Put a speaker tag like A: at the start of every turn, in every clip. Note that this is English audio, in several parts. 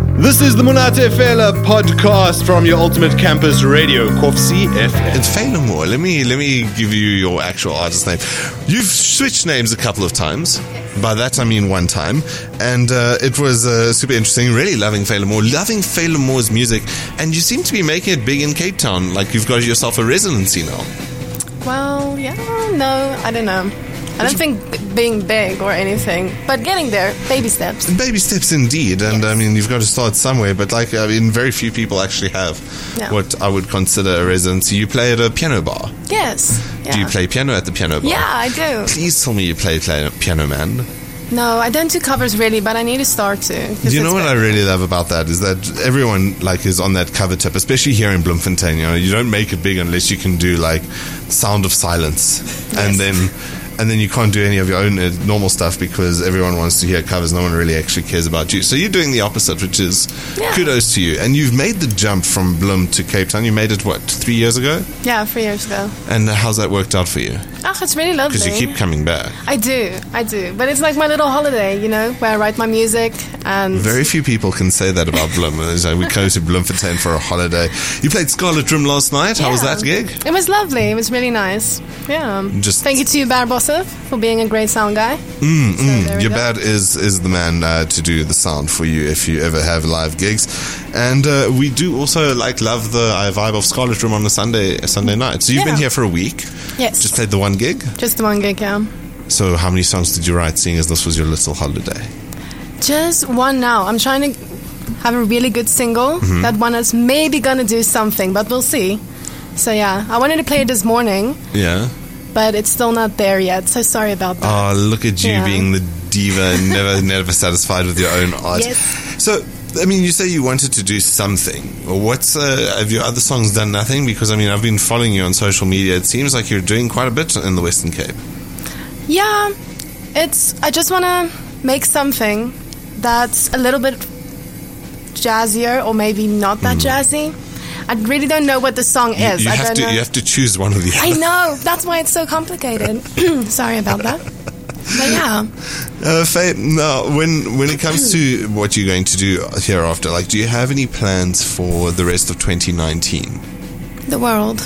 A: This is the Monate Fela podcast from your ultimate campus radio, Kofsi FM.
B: It's Failamore. Let me let me give you your actual artist name. You've switched names a couple of times. By that I mean one time, and uh, it was uh, super interesting. Really loving Failamore, loving Failamore's music, and you seem to be making it big in Cape Town. Like you've got yourself a residency now.
C: Well, yeah, no, I don't know. I don't think b- being big or anything, but getting there, baby steps.
B: Baby steps indeed, and I mean you've got to start somewhere. But like, I mean, very few people actually have
C: No.
B: what I would consider a residency. You play at a piano bar.
C: Yes. Yeah.
B: Do you play piano at the piano bar?
C: Yeah, I do.
B: Please tell me you play play- Piano Man.
C: No, I don't do covers really, but I need to start to. 'cause
B: You know
C: it's
B: what I
C: good.
B: really love about that is that everyone like is on that cover tip, especially here in Bloemfontein. You know, you don't make it big unless you can do like Sound of Silence, and then and then you can't do any of your own uh, normal stuff because everyone wants to hear covers. No one really actually cares about you. So you're doing the opposite, which is
C: Yeah.
B: kudos to you. And you've made the jump from Bloem to Cape Town. You made it what three years ago,
C: Yeah, three years ago.
B: and how's that worked out for you?
C: Oh, it's really lovely.
B: Because you keep coming back.
C: I do, I do. But it's like my little holiday, you know, where I write my music and.
B: Very few people can say that about Bloem. It's like we go to Bloemfontein for a holiday. You played Scarlet Room last night. How was
C: Yeah.
B: that gig?
C: It was lovely. It was really nice. Yeah.
B: Just-
C: thank you to you, Barbosov, for being a great sound guy. Mm, mm.
B: Your dad is is the man uh, to do the sound for you if you ever have live gigs, and uh, we do also like love the uh, vibe of Scarlet Room on a Sunday a Sunday night. So you've been here
C: Yeah.
B: for a week.
C: Yes.
B: Just played the one gig.
C: Just the one gig, yeah.
B: So how many songs did you write? Seeing as this was your little holiday.
C: Just one now. I'm trying to have a really good single.
B: Mm-hmm.
C: That one is maybe gonna do something, but we'll see. So yeah, I wanted to play it this morning,
B: Yeah.
C: but it's still not there yet. So sorry about that.
B: Oh, look at you
C: Yeah.
B: being the diva, and never never satisfied with your own art.
C: Yes.
B: So. I mean, you say you wanted to do something. Well, What's uh, have your other songs done nothing? Because I mean, I've been following you on social media. It seems like you're doing quite a bit in the Western Cape. Uh-huh.
C: Yeah, it's. I just want to make something that's a little bit jazzier, or maybe not that jazzy. I really don't know what the song
B: Mm-hmm. You-
C: is.
B: You,
C: I
B: have
C: don't
B: to
C: know.
B: you have to choose one of the
C: I
B: other.
C: know. That's why it's so complicated. Sorry about that. But yeah,
B: Uh, Faye, now when when it comes to what you're going to do hereafter, like, do you have any plans for the rest of 2019?
C: the world.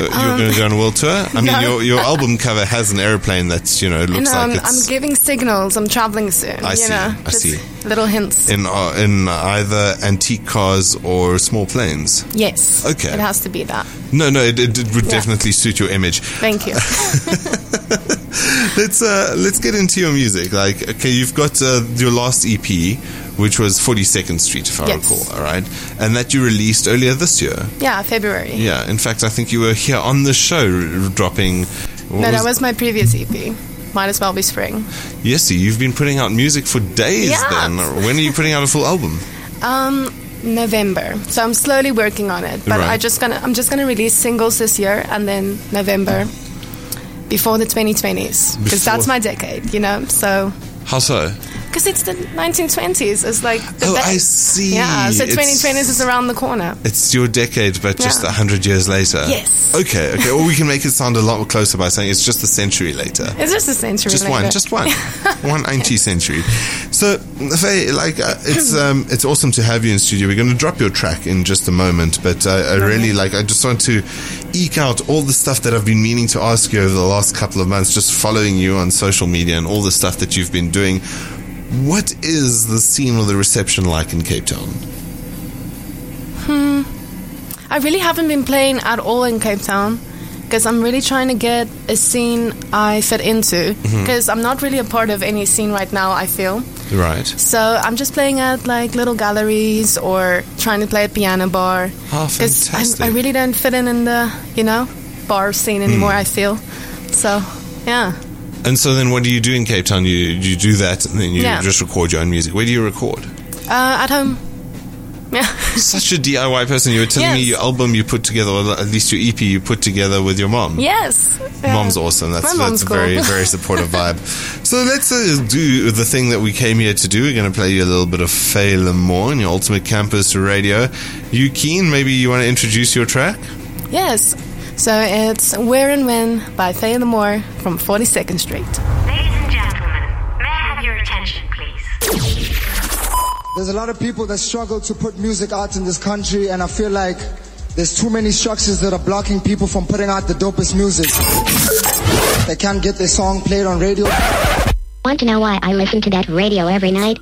B: Uh, You're going to go on a world tour. I mean,
C: Um, no.
B: your your album cover has an airplane that's you know
C: I
B: looks
C: know.
B: like
C: um, I'm,
B: it's
C: I'm giving signals. I'm traveling soon.
B: I
C: you
B: see,
C: Know,
B: I
C: just
B: see.
C: Little hints.
B: in uh, in either antique cars or small planes.
C: yes.
B: Okay.
C: It has to be that.
B: No, no, it, it, it would
C: Yeah.
B: definitely suit your image.
C: Thank you.
B: Let's uh, let's get into your music. Like, okay, you've got uh, your last EP, which was Forty Second Street, if I
C: Yes.
B: recall. All right, and that you released earlier this year.
C: yeah, February.
B: Yeah, in fact, I think you were here on the show r- dropping. what
C: No, that was my previous EP. Might as well be spring.
B: Yes, see, you've been putting out music for days.
C: Yes.
B: Then when are you putting out a full album?
C: Um, November. So I'm slowly working on it, but
B: Right.
C: I just gonna I'm just gonna release singles this year and then November before the 2020s because
B: Before-
C: that's my decade, you know. So
B: How so?
C: because it's the 1920s, it's like the
B: Oh,
C: de-
B: I see.
C: Yeah, so
B: It's-
C: 2020s is around the corner.
B: It's your decade, but just a
C: Yeah.
B: hundred years later.
C: Yes.
B: Okay. Okay. Or we can make it sound a lot closer by saying it's just a century later.
C: It's just a century.
B: Just one,
C: later.
B: just one, one 90 century. So, Faye, like uh, it's um, it's awesome to have you in studio. We're going to drop your track in just a moment, but uh, I, I really like. I just want to eke out all the stuff that I've been meaning to ask you over the last couple of months, just following you on social media and all the stuff that you've been doing. What is the scene or the reception like in Cape Town?
C: I really haven't been playing at all in Cape Town because I'm really trying to get a scene I fit into
B: Mm-hmm.
C: because I'm not really a part of any scene right now. I feel.
B: Right.
C: So I'm just playing at like little galleries or trying to play at piano bar.
B: Oh,
C: I, I
B: fantastic. Mm.
C: really don't fit in in the you know bar scene anymore. I feel so. Yeah,
B: And so then, what do you do in Cape Town? You you do that, and then you
C: Yeah.
B: just record your own music. Where do you record?
C: uh, at home. Yeah,
B: Such a DIY person. You were telling me
C: Yes.
B: your album you put together, or at least your EP you put together with your mom.
C: yes. Yeah.
B: Mom's awesome. That's,
C: My mom's
B: that's a very,
C: cool.
B: very supportive vibe. So let's uh, do the thing that we came here to do. We're going to play you a little bit of Faye Lamore on your Ultimate Campus Radio. You keen? Maybe you want to introduce your track?
C: Yes. So it's Where and When by Faye Moore from 42nd Street.
D: Ladies and gentlemen, may I have your attention, please? There's a lot of people that struggle to put music out in this country, and I feel like there's too many structures that are blocking people from putting out the dopest music. They can't get their song played on radio.
E: Want to know why I listen to that radio every night?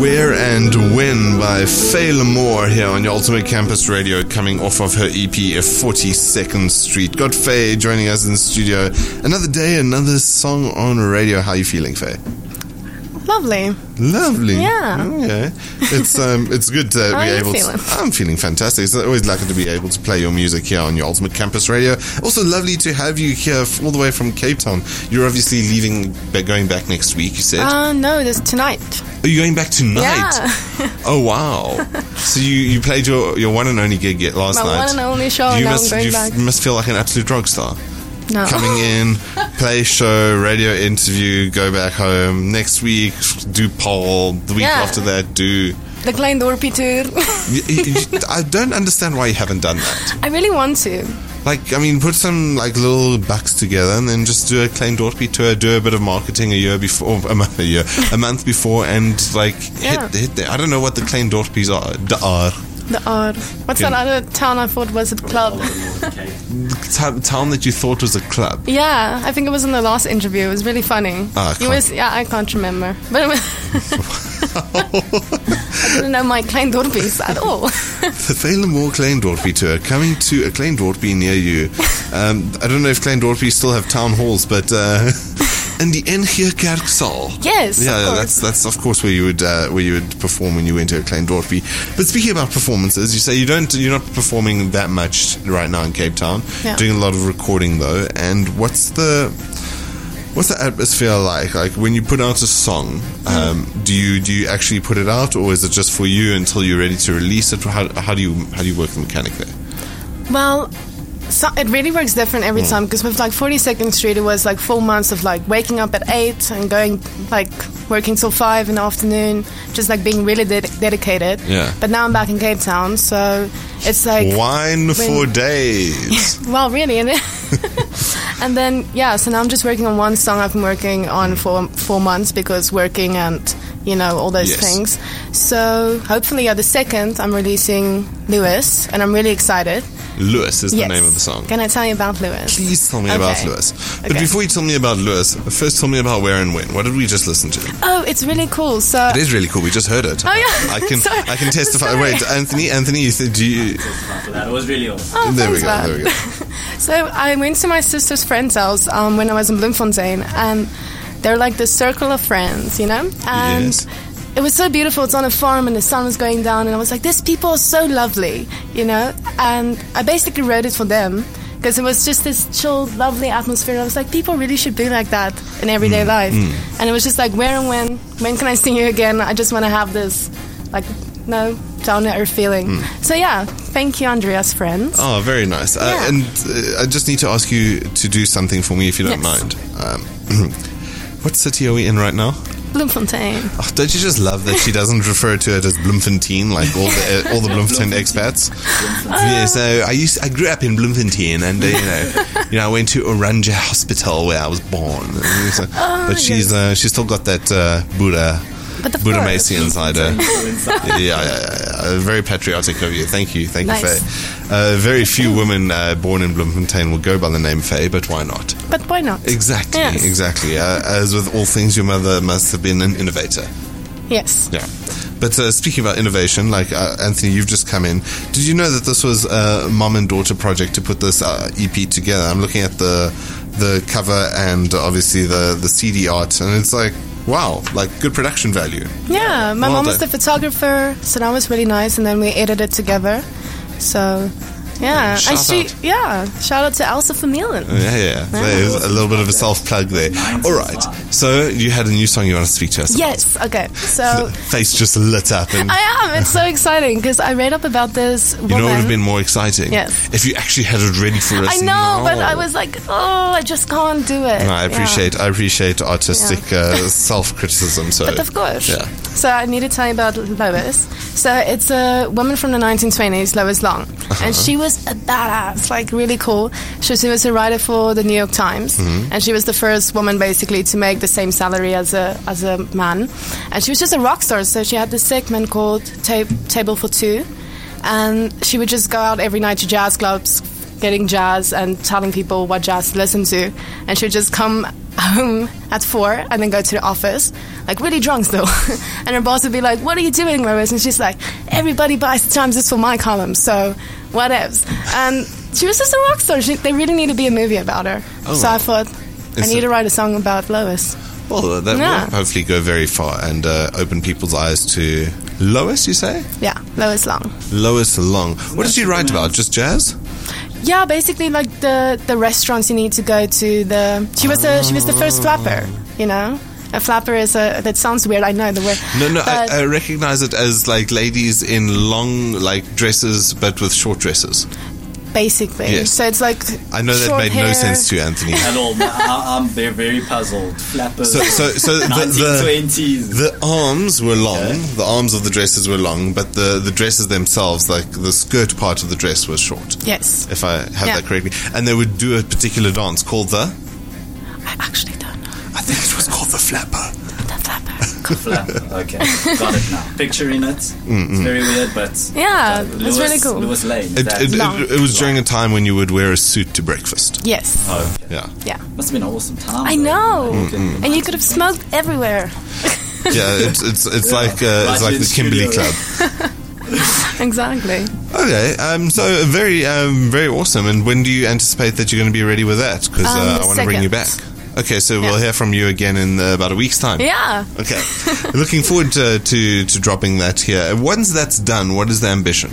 F: Where and When by Fail Moore here on your Ultimate Campus Radio, coming off of her E EP of 42nd Street. Got Faye joining us in the studio. Another day, another song on radio. How you feeling, Faye?
C: Lovely.
F: Lovely.
C: Yeah.
F: Okay. It's um, it's good to
C: How
F: be
C: are you
F: able.
C: feeling?
F: To, I'm feeling fantastic. It's always lucky to be able to play your music here on your Ultimate Campus Radio. Also, lovely to have you here f- all the way from Cape Town. You're obviously leaving, but going back next week. You said.
C: Uh, no, this tonight.
F: Are you going back tonight?
C: Yeah.
F: oh wow! So you, you played your, your one and only gig yet last
C: My
F: night.
C: one and only show,
F: You
C: now I'm
F: must
C: going
F: you f-
C: back.
F: must feel like an absolute rock star.
C: No.
F: Coming in, play show, radio interview, go back home next week. Do poll the week
C: Yeah.
F: after that. Do
C: The Klein Dorpy tour.
F: You- you- you- I don't understand why you haven't done that.
C: I really want to.
F: Like I mean, put some like little bucks together and then just do a claim Dorpy tour. Do a bit of marketing a year before, a month, a year, a month before, and like
C: Yeah.
F: hit, hit the, I don't know what the claim Dorpies are. d- Are
C: The odd. What's
B: Yeah.
C: that other town I thought was a club?
B: T- town that you thought was a club.
C: yeah, I think it was in the last interview. It was really funny.
B: Ah, I
C: You
B: can't-
C: was- yeah, I can't remember. But it was I didn't know my Klein Dorpies at all.
B: The Valenmore Kleindorpy tour coming to a Kleindorpy near you. Um, I don't know if Kleindorpy still have town halls, but uh, in the Engekerkzaal.
C: Yes, of
B: yeah, yeah,
C: course.
B: that's that's of course where you would uh, where you would perform when you went to a Kleindorpy. But speaking about performances, you say you don't you're not performing that much right now in Cape Town.
C: Yeah.
B: Doing a lot of recording though, and what's the What's the atmosphere like? Like when you put out a song,
C: Mm.
B: um, do you do you actually put it out, or is it just for you until you're ready to release it? How, how do you how do you work the mechanic there?
C: Well, so it really works different
B: Hmm.
C: every time 'cause time because with like 42nd Street, it was like four months of like waking up at eight and going like working till five in the afternoon, just like being really ded- dedicated.
B: Yeah.
C: But now I'm back in Cape Town, so it's like
B: Wine for days.
C: well, really, and then, and then yeah. So now I'm just working on one song I've been working on for four months because working and you know all those
B: Yes.
C: things. So hopefully, yeah, the second I'm releasing Lewis, and I'm really excited.
B: Lewis is
C: Yes.
B: the name of the song.
C: Can I tell you about Lewis?
B: Please tell me about
C: Okay.
B: Lewis. But
C: Okay.
B: before you tell me about Lewis, first tell me about where and when. What did we just listen to?
C: Oh, it's really cool. So
B: It is really cool. We just heard it.
C: Oh, yeah.
B: I can
C: Sorry.
B: I can testify.
C: Sorry.
B: Wait, Anthony, Anthony, you said do you?
G: for that. It was really awesome.
C: Oh,
B: there we
C: thanks,
B: go.
C: man.
B: There we go.
C: So I went to my sister's friend's house um, when I was in Bloemfontein, and they're like the circle of friends, you know. And
B: Yes.
C: it was so beautiful. It's on a farm, and the sun was going down, and I was like, "These people are so lovely," you know. And I basically wrote it for them because it was just this chill, lovely atmosphere. And I was like, "People really should be like that in everyday
B: Mm,
C: life." And it was just like, "Where and when? When can I see you again? I just want to have this, like, no." Down to earth feeling. So, yeah, thank you, Andrea's friends.
B: Mm. Oh, very nice. Uh,
C: Yeah.
B: and uh, I just need to ask you to do something for me if you don't
C: Yes.
B: mind. Um, what city are we in right now?
C: Bloemfontein.
B: Oh, don't you just love that she doesn't refer to it as Bloemfontein like all the uh, all the Bloemfontein expats? yeah, so I used I grew up in Bloemfontein, and uh, you know, you know, I went to Oranje Hospital where I was born. And so- but she's uh, she's still got that uh, Buddha
C: Ah, But of
B: Buddha
C: course.
B: Macy inside her. yeah, yeah, yeah, yeah. very patriotic of you. Thank you, thank
C: Nice.
B: you, Faye. Uh, very few women uh, born in Bloemfontein will go by the name Faye, but why not?
C: But why not?
B: Exactly,
C: Yes.
B: exactly. Uh, as with all things, your mother must have been an innovator.
C: Yes.
B: Yeah. But uh, speaking about innovation, like uh, Anthony, you've just come in. Did you know that this was a mom and daughter project to put this uh, EP together? I'm looking at the the cover and obviously the the CD art, and it's like wow, like good production value.
C: Yeah, my
B: Well
C: mom was the
B: done.
C: photographer, so that was really nice, and then we edited together. So, yeah.
B: Shout
C: and she,
B: out. Uh,
C: yeah, shout out to Elsa van Mielen.
B: Yeah, yeah. There's a little bit of a self plug there. All right. So you had a new song you want to speak to us.
C: Yes, okay.
B: about.
C: So,
B: The face just lit up, and
C: oh. I am. It's so exciting because I read up about this woman.
B: you know what would have been more exciting?
C: Yes.
B: If you actually had it ready for us.
C: I know, but
B: now.
C: I was like, oh, I just can't do it.
B: No, I
C: Yeah.
B: appreciate I appreciate artistic uh, self criticism. So,
C: But of course.
B: yeah,
C: So I need to tell you about Lois. So it's a woman from the 1920s, Lois Long. And she was a badass, like really cool. So she was a writer for the New York Times. And she was the first woman basically to make the same salary as a, as a man. And she was just a rock star. So she had this segment called Ta- Table for Two. And Um, she would just go out every night to jazz clubs, getting jazz and telling people what jazz to listen to. And she would just come home at four and then go to the office, like really drunk still. and her boss would be like, What are you doing, Rose? And she's like, Everybody buys the Times, it's for my column, so what ifs. And she was just a rock star. She, they really need to be a movie about her. so I thought, I
B: It's
C: need
B: a-
C: to write a song about Lois.
B: well, that
C: Yeah.
B: will hopefully go very far and uh, open people's eyes to Lois. You say
C: Yeah, Lois Long.
B: Lois Long. What did you write about? Just jazz?
C: Yeah, basically like the the restaurants you need to go to. The she was the she was the first flapper, you know. A flapper is a that sounds weird. I know the word.
B: No, no.
C: but,
B: I, I recognize it as like ladies in long like dresses, but with short dresses.
C: basically,
B: Yes.
C: so it's like
B: I know that
C: short
B: made no
C: hair.
B: sense to you, Anthony.
G: At all. I, I'm very, very puzzled. Flappers.
B: So, so, so the,
G: 1920s.
B: the the arms were long. The arms of the dresses were long, but the the dresses themselves, like the skirt part of the dress, was short.
C: Yes,
B: if I have
C: Yeah.
B: that correctly. And they would do a particular dance called the.
C: I actually don't know.
B: I think it was called the Flapper.
C: The flapper. Cool.
G: Flap. Okay, got it now. Picturing it. It's very weird, but
C: Yeah, it's
G: Lewis,
C: really cool.
G: Lewis Lane.
B: It,
G: that-
B: it,
C: Long.
B: it, it was during a time when you would wear a suit to breakfast.
C: Yes.
G: Oh, okay.
B: Yeah,
C: Yeah.
G: Must have been an awesome time.
C: I
G: though. Mm-hmm.
C: know.
G: Okay.
B: Mm-hmm.
C: And you could have smoked everywhere.
B: yeah. It's it's it's
G: Yeah.
B: like uh, it's
G: Right
B: like
G: in
B: the Kimberley
G: studio.
B: Club.
C: Exactly.
B: Okay, um, so very, um, very awesome. And when do you anticipate that you're going to be ready with that? Because
C: Um,
B: uh,
C: the
B: I want to bring you back.
C: second.
B: Okay, so we'll
C: Yeah.
B: hear from you again in uh, about a week's time.
C: Yeah.
B: Okay. Looking forward to, to to dropping that here. And Once that's done, what is the ambition?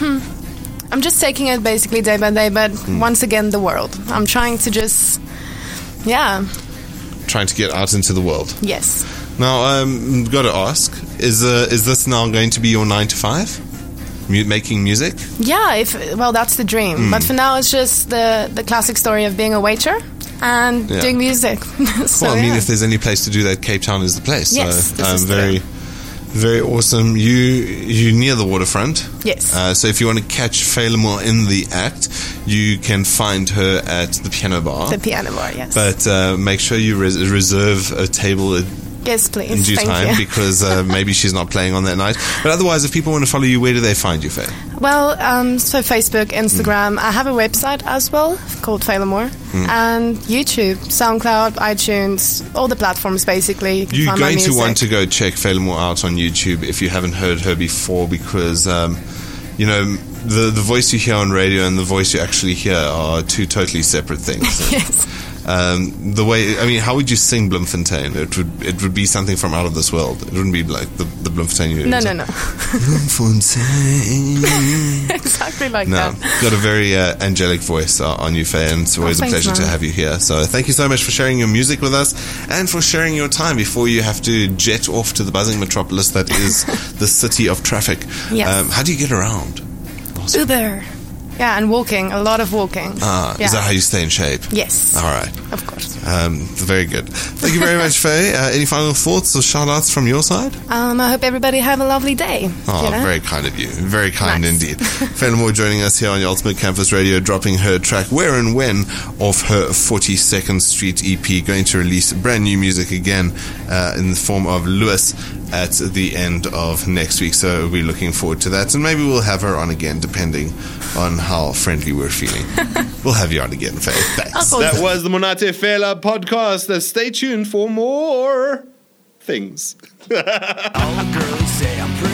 C: I'm just taking it basically day by day, but
B: Mm.
C: once again, the world. I'm trying to just. Yeah.
B: Trying to get out into the world.
C: Yes.
B: Now, um, got to ask: is uh, is this now going to be your nine to five? Mu- making music.
C: Yeah, if well, that's the dream.
B: Hmm.
C: But for now, it's just the the classic story of being a waiter and
B: Yeah.
C: doing music. so,
B: well, I mean,
C: yeah.
B: if there's any place to do that, Cape Town is the place.
C: Yes,
B: so, um,
C: this is the-
B: very, very awesome. You you near the waterfront.
C: Yes.
B: Uh, so if you want to catch Failamore in the act, you can find her at the piano bar.
C: the piano bar, yes.
B: but uh, make sure you res- reserve a table in
C: yes, please.
B: due
C: Thank
B: time
C: you.
B: because uh, maybe she's not playing on that night. But otherwise, if people want to follow you, where do they find you, Faye?
C: Well, um, so Facebook,
B: Hmm.
C: Instagram. I have a website as well called Failamore, and YouTube, SoundCloud, iTunes, all the platforms basically. You can
B: You're
C: find my
B: going to
C: music.
B: want to go check Failamore out on YouTube if you haven't heard her before, because um, you know the the voice you hear on radio and the voice you actually hear are two totally separate things.
C: Yes.
B: um, the way I mean, how would you sing Bloemfontein? It would it would be something from out of this world. It wouldn't be like the the Bloemfontein. You
C: No, no, no.
B: Bloemfontein.
C: exactly like
B: No,
C: that.
B: got a very uh, angelic voice uh, on you, Faye, and it's always a
C: Oh, thanks,
B: pleasure to
C: man.
B: have you here. So thank you so much for sharing your music with us and for sharing your time before you have to jet off to the buzzing metropolis that is the city of traffic. Um,
C: Yes.
B: how do you get around?
C: Uber. Yeah, and walking. A lot of walking.
B: Ah,
C: yeah.
B: Is that how you Ah. stay in shape?
C: Yes.
B: All right.
C: Of course.
B: Um, very good. Thank you very much, Faye. Uh, any final thoughts or shout outs from your side?
C: Um, I hope everybody have a lovely day.
B: Oh,
C: you know?
B: very kind of you. Very kind
C: Nice.
B: indeed. Fenimore joining us here on your Ultimate Campus Radio, dropping her track Where and When off her 42nd Street EP, going to release brand new music again uh, in the form of Lewis at the end of next week. So we're looking forward to that. And maybe we'll have her on again, depending on how friendly we're feeling. we'll have you on again, Faye. Thanks.
C: course.
A: That was the Monate Fela podcast. Uh, Stay tuned for more things.
H: All the girls say I'm pretty.